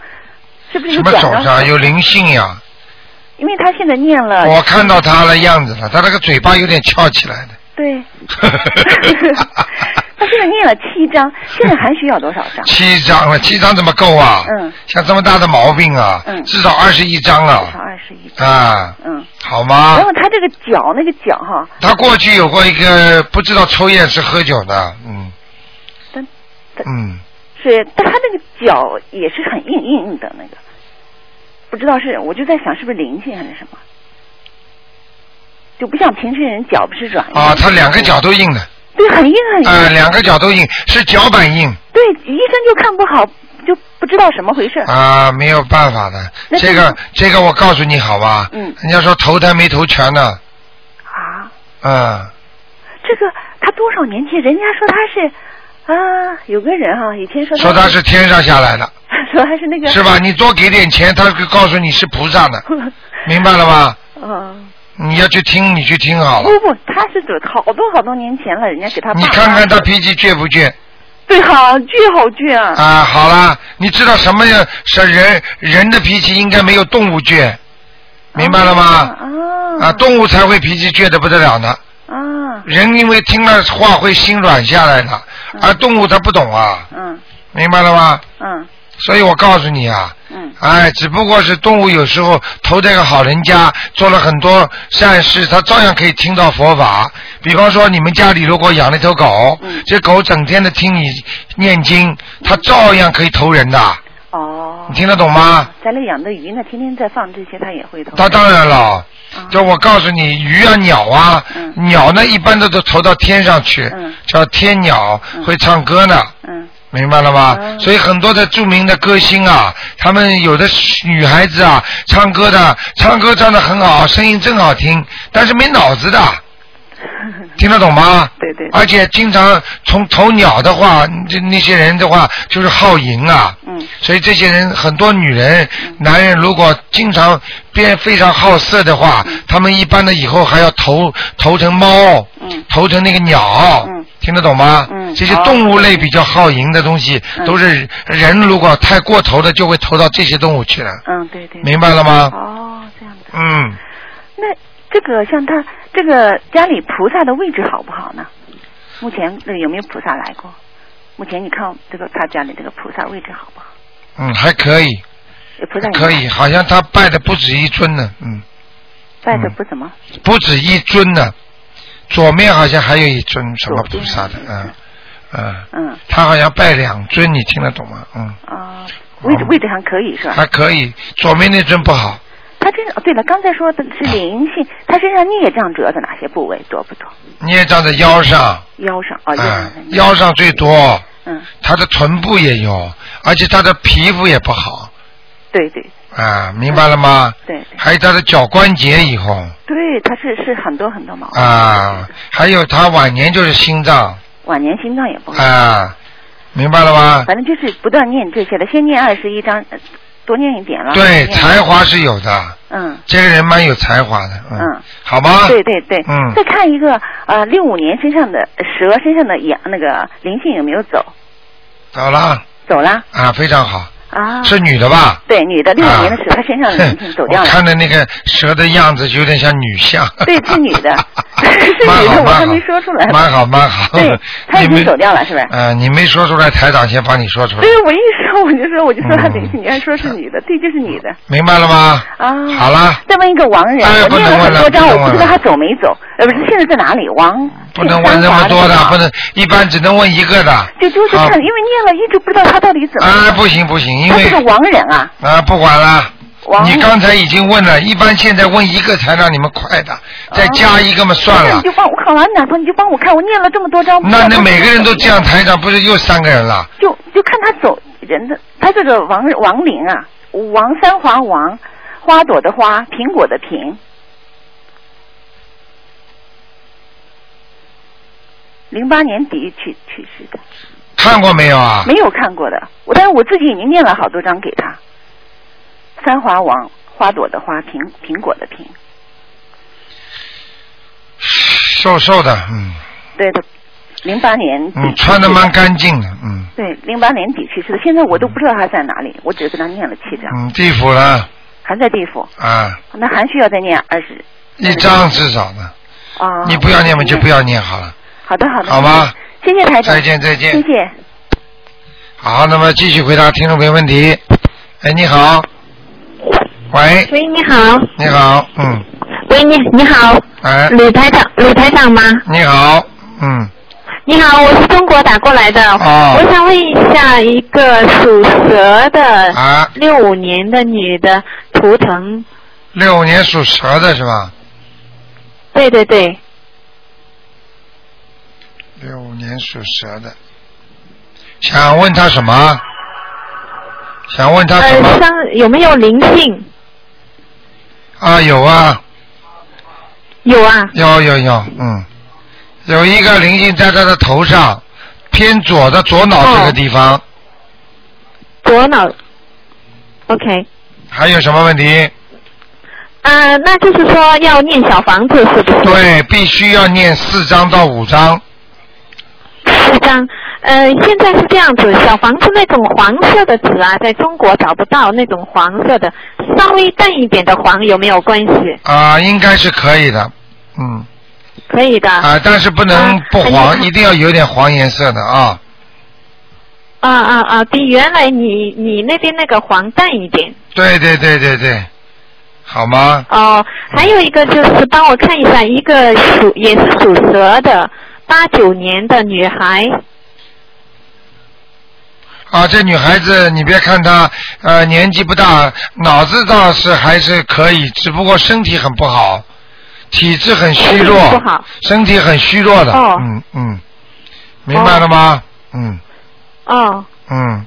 是不是
什
就
么
转
手
到
上哦有灵性呀？
因为他现在念了，
我看到他的样子了，他那个嘴巴有点翘起来的。
对， 他现在念了七章，现在还需要多少章？
七张了，七张怎么够啊？
嗯，
像这么大的毛病啊，
嗯
至少二十一张
至少
啊，
二十一。
啊，
嗯，
好
然
吗
后？他这个脚，那个脚哈，
他过去有过一个不知道抽烟是喝酒的，嗯
但，
嗯，
是，但他那个脚也是很硬硬硬的那个，不知道是，我就在想是不是灵性还是什么，就不像平时人脚不是软的
啊，他两个脚都硬的，
对，很硬很硬，
呃，两个脚都硬，是脚板硬
对，医生就看不好，就不知道什么回事。
啊，没有办法的。
嗯那
这个这个我告诉你好吧，
嗯
人家说投胎没投全呢，
啊，
嗯，
这个他多少年前，人家说他是啊，有个人哈、以前说
说他是天上下来的，
说他是那个
是吧？你多给点钱，他就告诉你是菩萨 的，明白了吗？
嗯，
你要去听，你去听好了。
不不，他是指好多好多年前了，人家给他爸
你
妈
看看他脾气倔不倔
对好倔好倔啊！
啊？好啦，你知道什么样是人人的脾气应该没有动物倔，明白了吗？
嗯
啊，动物才会脾气倔的不得了呢。
啊，
人因为听了话会心软下来的，而动物它不懂啊，
嗯
明白了吗？
嗯
所以我告诉你啊，
嗯
哎，只不过是动物有时候投这个好人家，做了很多善事，它照样可以听到佛法。比方说，你们家里如果养了一头狗，这狗整天的听你念经，它照样可以投人的。
哦，
你听得懂吗？
咱俩养的鱼呢，天天在放这些，他也会投。
它当然了，就我告诉你，鱼啊、鸟啊，鸟呢一般都都投到天上去，叫天鸟，会唱歌呢。明白了吗？所以很多的著名的歌星啊，他们有的女孩子啊，唱歌的，唱歌唱的很好，声音真好听，但是没脑子的，听得懂吗？
对对。
而且经常从头鸟的话，这那些人的话就是好赢啊。
嗯。
所以这些人，很多女人、男人如果经常变非常好色的话，他们一般的以后还要投投成猫，
嗯、
投成那个鸟，
嗯、
听得懂吗？
嗯
这些
好
动物类比较好赢的东西，
嗯
都是人如果太过头的，就会投到这些动物去了。
嗯，对对。对
明白了吗
哦，这样的。
嗯，
那这个像他这个家里菩萨的位置好不好呢？目前那有没有菩萨来过？目前你看这个他家里这个菩萨位置好不好？
嗯，还可以，
有菩萨有没有
可以，好像他拜的不止一尊呢，嗯，
拜的不怎么。
不止一尊呢，左面好像还有一尊什么菩萨的，嗯嗯，
嗯
他好像拜两尊，你听得懂吗？嗯，
啊、位
哦
置位置还可以是吧？
还可以，左面那尊不好，
他这哦对了，刚才说的是灵性，他身上孽障主要在哪些部位多不多？
孽障在腰上，
腰上哦，腰
啊
上，
腰上最多，
嗯，
他的臀部也有，而且他的皮肤也不好
对对
啊，明白了吗？
对
还有他的脚关节以后
对，他是是很多很多毛病，
啊，还有他晚年就是心脏
晚年心脏也不好，
啊，明白了吗？
反正就是不断念这些的，先念二十一章，呃多念一点了。
对，
念
才华是有的，
嗯
这个人蛮有才华的，嗯，
嗯，
好吗？
对对对，
嗯
再看一个呃，六五年身上的蛇身上的羊那个灵性有没有走？
走了
走了
啊，非常好，
啊？
是女的吧？
对，女的，六五
啊
年的蛇，她身上的灵性走掉
我
了。
看着那个蛇的样子，有点像女相，
对，是女 的，是
蛮
女
好
的，我
蛮
还
好
没说出来。
蛮好蛮好。
对，她已
你
经
没
走掉了，是不是？
呃，你没说出来，台长先帮你说出来
对，，哎我一说我就说我就说她灵性，你还说是女的，对，就是女的
明白了吗？
啊。哎
好了，
再问一个王人，我
不
念
能问
很
了
多章，
不能
我不知
问了
道他走没走，呃，不是现在在哪里？王
不能问那么多的，不能一般只能问一个的。
就就是
好
看，因为念了一直不知道他到底怎么。
啊，不行不行，因为
他是个亡人啊，
啊，不管了，
王
你刚才已经问了，一般现在问一个才让你们快的，再加一个嘛算
啊那
了
你就。帮我看完哪方你就帮我看，我念了这么多章。不知
啊那
道
那
他
每个人都这样，台长不是又三个人了？
就就看他走人的，他这个王王林啊，王三华王，花朵的花，苹果的苹。零八年底去去世的，
看过没有啊？
没有看过的。我但是我自己已经念了好多张给他。三华王，花朵的花，苹苹果的苹，
瘦瘦的，嗯，
对的。零八年底
嗯，
去
穿的
世
蛮干净的，嗯
对，零八年底去世的，现在我都不知道他在哪里，我只给他念了七张，
嗯，地府了
还在地府。
啊，
那还需要再念二十
一张至少的，
啊？
你不要念嘛就不要念好了。
好的，好的，
好吧。
谢谢台长。
再见再见
谢谢。
好，那么继续回答听众朋友问题。哎，你好，喂，
喂，你好，
你好，嗯，
喂，你你好，
哎，
吕台长，吕台长吗？
你好，嗯，
你好，我是中国打过来的，
哦
我想问一下一个属蛇的
啊，
六五年的女的图腾，
六五年属蛇的是吧？
对对对，
六五年属蛇的，想问他什么？哎想问他什
呃，
么？
上有没有灵性？
啊，有啊，
有啊，
有有有，嗯，有一个灵性在他的头上，偏左的左脑这个地方，
左脑，OK，
还有什么问题？
呃，那就是说要念小房子是不是？
对，必须要念四章到五章。
四张。呃，现在是这样子，小房子那种黄色的纸啊，在中国找不到那种黄色的，稍微淡一点的黄有没有关系？
啊，应该是可以的，嗯，
可以的。
啊，但是不能不黄，一定要有点黄颜色的啊，
啊啊啊！比原来你你那边那个黄淡一点。
对对对对对，好吗？
哦，还有一个就是帮我看一下，一个属也是属蛇的，八九年的女孩。
啊，这女孩子，你别看她呃年纪不大，脑子倒是还是可以，只不过身体很不好，体质很虚弱
身体不好，
身体很虚弱的，
哦
嗯嗯，明白了吗？嗯
哦。
嗯，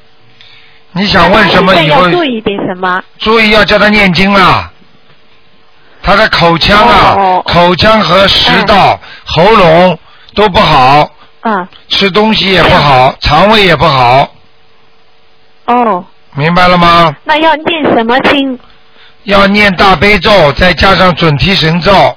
你想问什么
哎那她
以
现在
后
要注意点什么？
注意要叫她念经啦。她的口腔啊，
哦
口腔和食道、喉咙都不好，
嗯，
吃东西也不好，肠胃也不好，
哦，
明白了吗？
那要念什么经？
要念大悲咒，再加上准提神咒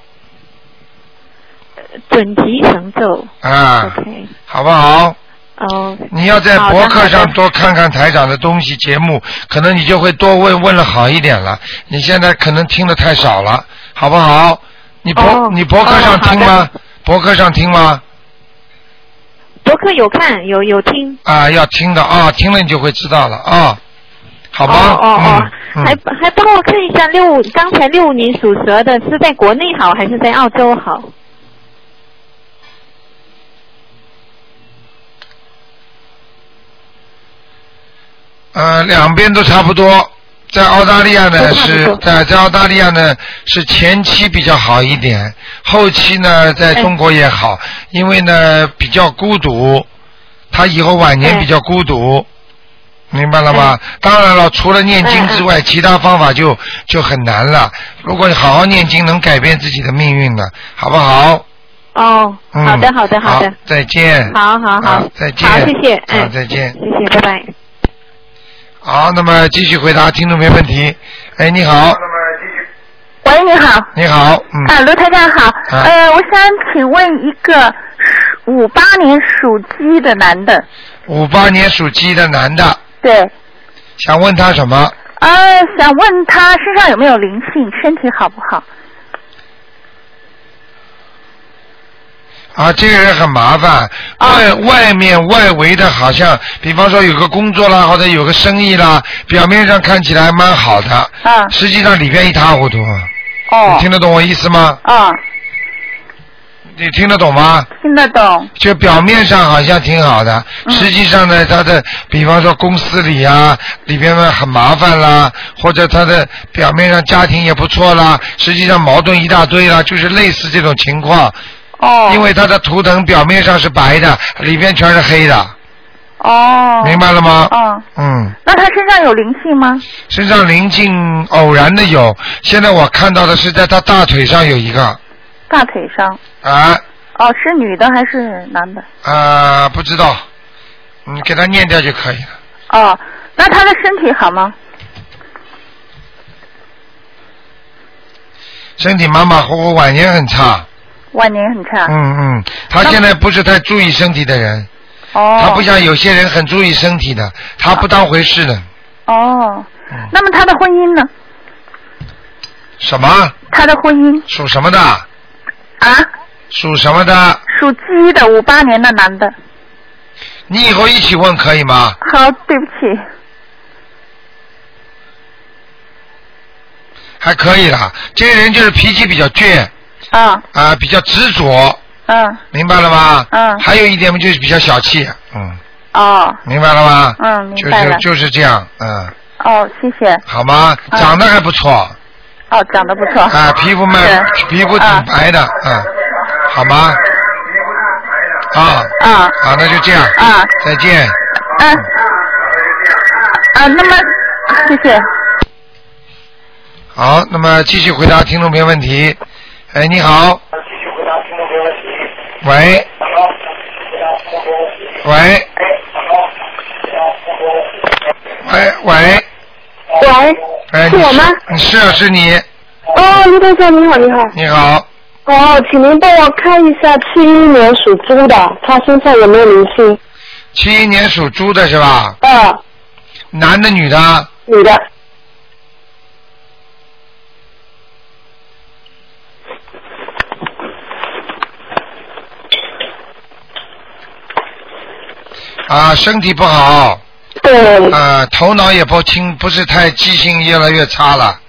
准提神咒。
啊
OK，
好不好？
哦。
你要在
好的
博客
好
上
的
多看看台长的东西节目，可能你就会多问问了好一点了。你现在可能听的太少了，好不好？你博、
哦
你博客上听吗？博客上听吗？
博客有看，有有听。
啊，要听的啊，听了你就会知道了啊，好吧？
哦哦哦
嗯
还
嗯，
还帮我看一下六五，刚才六五年属蛇的是在国内好还是在澳洲好？
呃，两边都差不多。在澳大利亚呢
都差不
是
多
在在澳大利亚呢是前期比较好一点，后期呢在中国也好，
哎
因为呢比较孤独，他以后晚年比较孤独，明白了吗？
哎
当然了，除了念经之外，其他方法就就很难了。如果你好好念经，能改变自己的命运的，好不好？
哦，
嗯，
好的好的好的，
再见。
好好好
啊，再见。
好谢谢
好，
嗯
再见。
谢谢，拜拜。
好，那么继续回答听众朋友问题。哎，你好，
喂，你好，
你好，嗯，
啊，卢台长好，
啊
呃，我想请问一个五八年属鸡的男的，
五八年属鸡的男的，
对，
想问他什么？
呃，想问他身上有没有灵性，身体好不好？
啊，这个人很麻烦，
啊
外外面外围的好像，比方说有个工作啦，或者有个生意啦，表面上看起来蛮好的，啊，实际上里边一塌糊涂。
哦
你听得懂我意思吗？
啊，
你听得懂吗？
啊听得懂。嗯
就表面上好像挺好的，实际上呢，他的比方说公司里啊，里边呢很麻烦啦，或者他的表面上家庭也不错啦，实际上矛盾一大堆啦，就是类似这种情况。
哦。
因为他的图腾表面上是白的，里边全是黑的，
哦。
明白了吗？
嗯。
嗯，
那他身上有灵性吗？
身上灵性偶然的有，现在我看到的是在他大腿上有一个
大腿上。
啊
哦，是女的还是男的？
啊，不知道，你给他念掉就可以了。
啊
哦，那他的身体好吗？
身体马马虎虎，晚年很差。
晚年很差。
嗯嗯，他现在不是太注意身体的人，
哦。
他不像有些人很注意身体的，他不当回事的。嗯
哦，那么他的婚姻呢？
什么？
他的婚姻
属什么的？啊？属什么的？
属鸡的，五八年的男的。
你以后一起问可以吗？
好，对不起。
还可以啦，这个人就是脾气比较倔。
啊。
啊，比较执着，
嗯。
明白了吗？
嗯
还有一点嘛，就是比较小气，嗯，
哦。
明白了吗？
嗯，明
就
白了
是。就是这样，嗯，
哦，谢谢。
好吗？
嗯
长得还不错，
哦，长得不错。
啊，皮肤蛮
是啊
皮肤挺白的，嗯，好吗？啊。
啊。
好，那就这样。
啊。
再见。
嗯。啊，那么，谢谢。
好，那么继续回答听众朋友问题。哎，你好，喂喂喂哎喂，
喂，
哎，
是
你
我吗？
你是啊，是你，
哦，卢台长，你好，你好。
你好，
哦，请您帮我看一下七一年属猪的，他身上有没有灵性？
七一年属猪的是吧？
啊，
男的女的？
女的。
啊，身体不好。
对。
啊，头脑也不清，不是太记性越来越差了。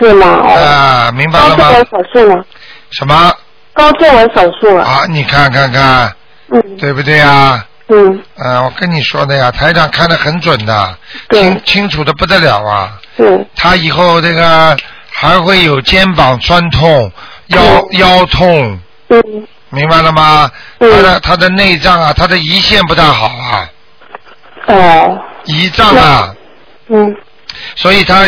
是吗？哦
啊，明白了
做
吗
完？手术了，
什么？
刚做完手术了。
啊，你看看看，
嗯
对不对呀？
嗯。
啊，我跟你说的呀，台长看得很准的，清清楚的不得了啊。
嗯。
他以后这个还会有肩膀酸痛、腰、腰痛。
嗯。
明白了吗？他的他的内脏啊，他的胰腺不大好啊，
哦，
胰脏啊，
嗯
所以他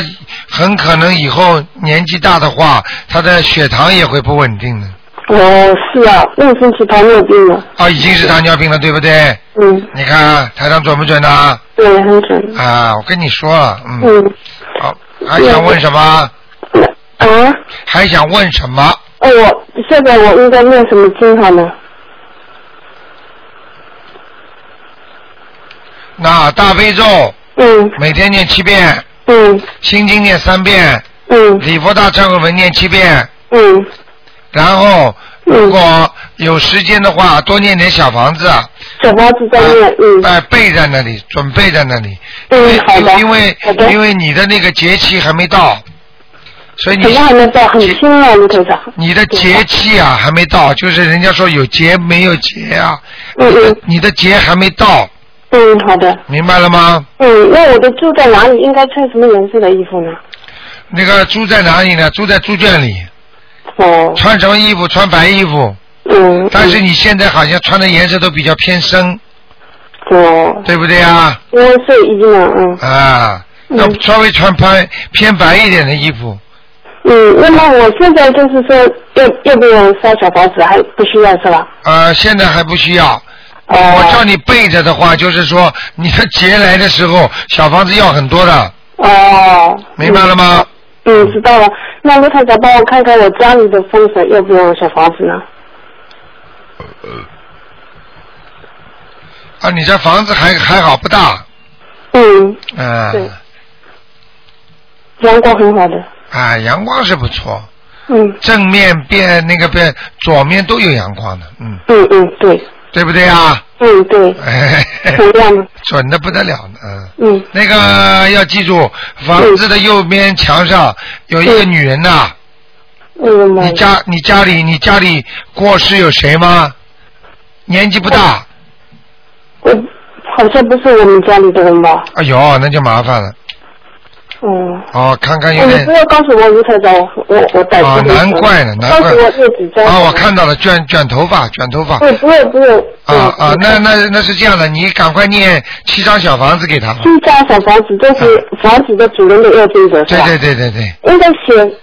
很可能以后年纪大的话，他的血糖也会不稳定的。
哦，是啊，那身体糖尿病了。
啊，已经是糖尿病了，对不对？
嗯，
你看台上准不准啊？
对，很准。
啊，我跟你说了，嗯，
嗯
好，还想问什么？
啊？
还想问什么？
哦，我现在我应该念什么经好呢？
那大悲咒，
嗯，
每天念七遍，
嗯，
心经念三遍，
嗯，
礼佛大忏悔文念七遍，
嗯，
然后如果有时间的话，多念点小房子，
小房子在念，嗯，
哎、备在那里，准备在那里，
嗯，好的，
因为
好的，
因为你的那个节气还没到，所以你
什么还没到，很轻啊，卢科长。
你的节气啊还没到，就是人家说有节没有节啊，
嗯嗯
你的节还没到，
嗯，好的，
明白了吗？
嗯，那我的住在哪里？应该穿什么颜色的衣服呢？
那个猪在哪里呢？猪在猪圈里。
哦。
穿什么衣服？穿白衣服。
嗯。
但是你现在好像穿的颜色都比较偏深。
哦。
对不对啊？
因为睡衣呢，嗯
啊，要稍微穿偏偏白一点的衣服。
嗯，那么我现在就是说，要要不要烧小房子，还不需要是吧？
呃，现在还不需要。我叫你备着的话，就是说你的节来的时候，小房子要很多的，
哦，
明白了吗？
嗯，知道了。那卢台长帮我看看我家里的风水要不要小房子呢？
啊，你这房子还还好不大，
嗯，对
嗯，
阳光很好的。
啊，阳光是不错，
嗯
正面边那个边左面都有阳光的，嗯，
嗯嗯，对。
对不对啊？
嗯，对。
嗯
准
样的，
准的不得了呢，嗯。
嗯
那个要记住，房子的右边墙上有一个女人呐、
嗯
你家你家里你家里过世有谁吗？年纪不大。
我好像不是我们家里的人吧？
哎呦，那就麻烦了。
嗯。
哦，看看有
你
点
不要告诉我卢台长，我我胆
啊，
子
难怪呢，难
告
怪
诉我这几张。
啊，我看到了，卷卷头发，卷头发。
对，不用不用，
啊啊，那那那是这样的，你赶快念七张小房子给他吧。
新家小房子都是房子的主人的要经者是
对
吧？
对对对啊对，
应该写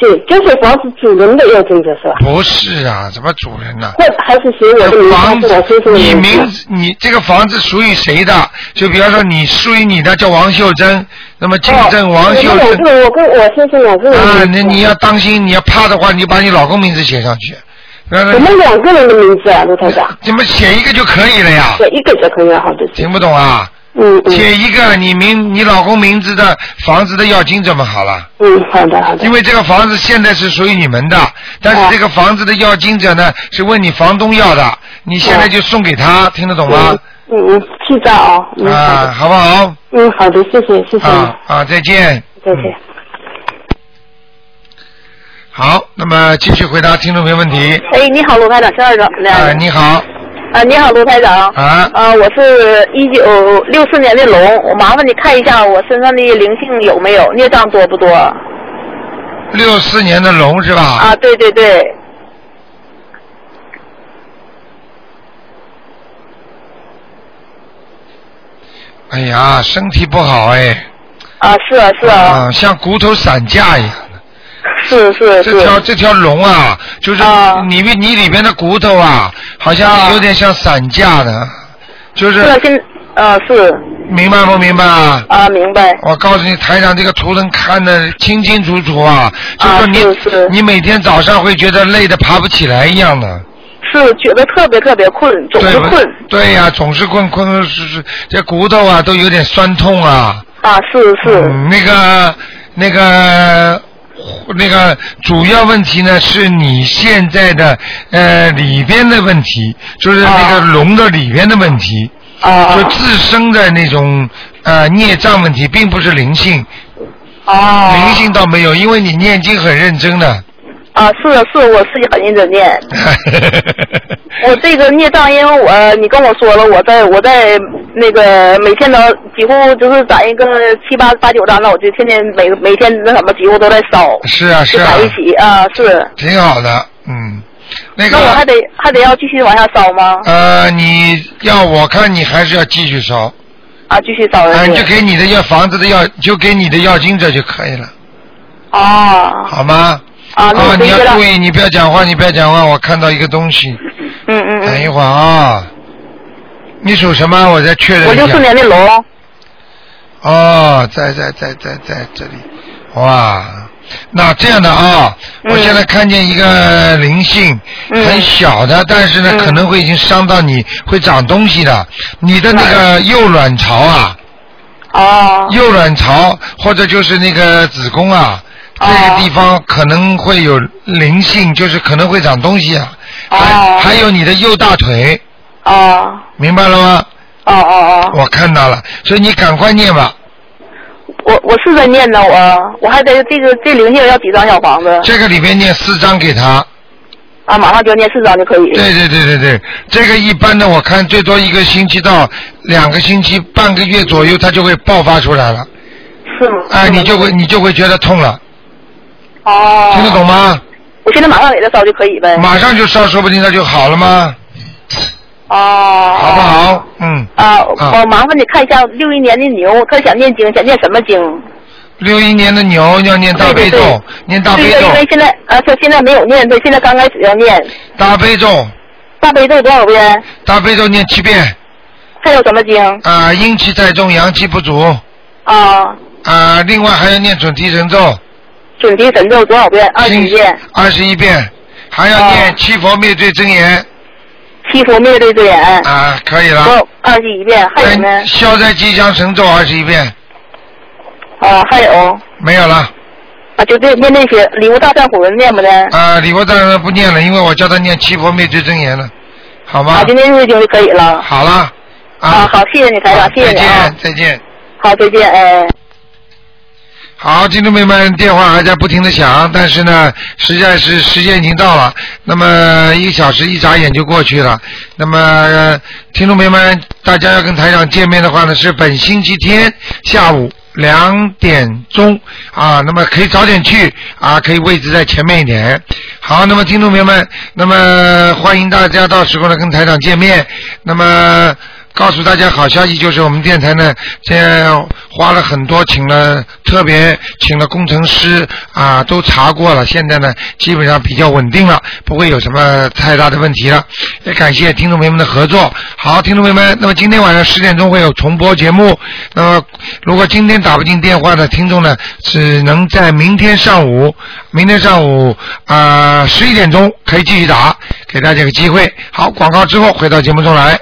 写就是房子主人的要经者是吧？
不是啊，什么主人呐、
或还是写我的名字
房
还是
子
我先生的
你
名字？
名字，你这个房子属于谁的？就比方说你属于你的叫王秀珍，那么金正王秀
我
珍
跟我跟我先生两个人。
啊，那你要当心，你要怕的话，你把你老公名字写上去。比方
我
说
们两个人的名字啊，卢台长。
怎么写一个就可以了呀？
写一个就可以了，好的。
听不懂啊？
嗯嗯
写一个你名你老公名字的房子的要经怎么好了？
嗯，好的好的。啊
因为这个房子现在是属于你们的，但是这个房子的要经者呢是问你房东要的，你现
啊
在就送给他，听得懂吗？
嗯嗯，记账
哦
啊。嗯好
啊，
的
好不好？
嗯，好的，谢谢谢谢你，
啊啊，再见。嗯
再见。
好，那么继续回答听众朋友问
嗯
题。
哎，你好，卢台长，是二长，两
啊，你好，
啊，你好，卢台长。
啊。
啊，我是一九六四年的龙，我麻烦你看一下我身上的灵性有没有，孽障多不多？
六四年的龙是吧？
啊，对对对，
哎呀，身体不好哎。
啊，是啊是啊。
啊，像骨头散架一样的。
是是
这条这条龙啊，就是你们你里边的骨头啊，好像有点像散架的，就是。
是啊现啊是。
明白不明白啊？
啊，明白。
我告诉你，台长这个图能看得清清楚楚啊，就说你、你每天早上会觉得累得爬不起来一样的。
是觉得特别特别困，总是
对不
困。
对呀、总是困困困是是，这骨头啊都有点酸痛啊。
啊，是
是。嗯那个那个那个主要问题呢是你现在的呃里边的问题，就是那个龙的里边的问题。
啊。
就自身的那种呃孽障问题，并不是灵性。
哦。
灵性倒没有，因为你念经很认真的。
啊，是啊是，我自己很认真念。我这个孽障，因为我呃你跟我说了，我在我在那个每天都几乎就是攒一个七八八九张了，我就天天每每天那什么几乎都在烧，
是啊是
就
啊
在，一起啊是。
挺好的，嗯。那个
我还得还得要继续往下烧吗？
呃，你要我看你还是要继续烧。
啊，继续烧。
啊，你就给你的要房子的要，就给你的要经者就可以了，
哦
好吗？哦
啊，那我
你
回去
要
了
注。意，你不要讲话，你不要讲话，我看到一个东西。
嗯嗯
等一会儿啊，你属什么？我再确认
我
一下。
六四年的龙。
哦，在在在在在这里，哇，那这样的啊，
嗯
我现在看见一个灵性，很小的，但是
嗯
呢，可能会已经伤到你，会长东西的，你的那个右卵巢啊，
哦，
右卵巢或者就是那个子宫啊。
哦
这个地方可能会有灵性，就是可能会长东西啊，还还有你的右大腿，
哦，
明白了吗？
哦哦
我看到了，所以你赶快念吧，
我我是在念呢，啊我我还得这个这灵性要几张小房子？
这个里边念四章给他。
啊，马上就要念四张就可以。
对对对对对，这个一般的我看最多一个星期到两个星期、半个月左右，它就会爆发出来了。
是吗？
哎，你就会你就会觉得痛了，
哦，
听得懂嗯吗？
我现在马上给他烧就可以呗。
马上就烧，说不定它就好了吗？
哦，
好不好？嗯，
啊，
啊
我麻烦你看一下六一年的牛，他想念经，想念什么经？
六一年的牛要念大悲咒，念大悲
对的，因为
咒，
现在啊，他现在没有念，他现在刚开始要念。
大悲咒，
大悲咒多少遍？
大悲咒念七遍。
还有什么经？
啊、阴气太重，阳气不足。啊、
啊，
另外还要念准提神咒。
准提神咒多少遍？二十一遍。哦
二十一遍，还要念七佛灭罪真言。
七佛灭罪真言。
啊，可以了。
多二十一
哎
遍，还有呢？
消灾吉祥神咒二十一遍，哎
啊，还有
没有了。
啊，就这念那些礼物大战虎人念不呢？
啊，礼佛当然不念了，因为我叫他念七佛灭罪真言了，好吗？
啊，就念这些经就可以了。啊
好了，啊
啊，好，谢谢你台长，谢
再
谢你啊
见，，再见。
好，再见，哎。
好，听众朋友们，电话还在不停的响，但是呢，实在是时间已经到了，那么一个小时一眨眼就过去了。那么、呃听众朋友们，大家要跟台长见面的话呢，是本星期天下午两点钟啊，那么可以早点去啊，可以位置在前面一点。好，那么听众朋友们，那么欢迎大家到时候呢跟台长见面。那么。告诉大家好消息就是我们电台呢，这花了很多，请了特别请了工程师啊，都查过了，现在呢基本上比较稳定了，不会有什么太大的问题了。也感谢听众朋友们的合作。好，听众朋友们，那么今天晚上十点钟会有重播节目。那么如果今天打不进电话的听众呢，只能在明天上午，明天上午啊十一点钟可以继续打，给大家一个机会。好，广告之后回到节目中来。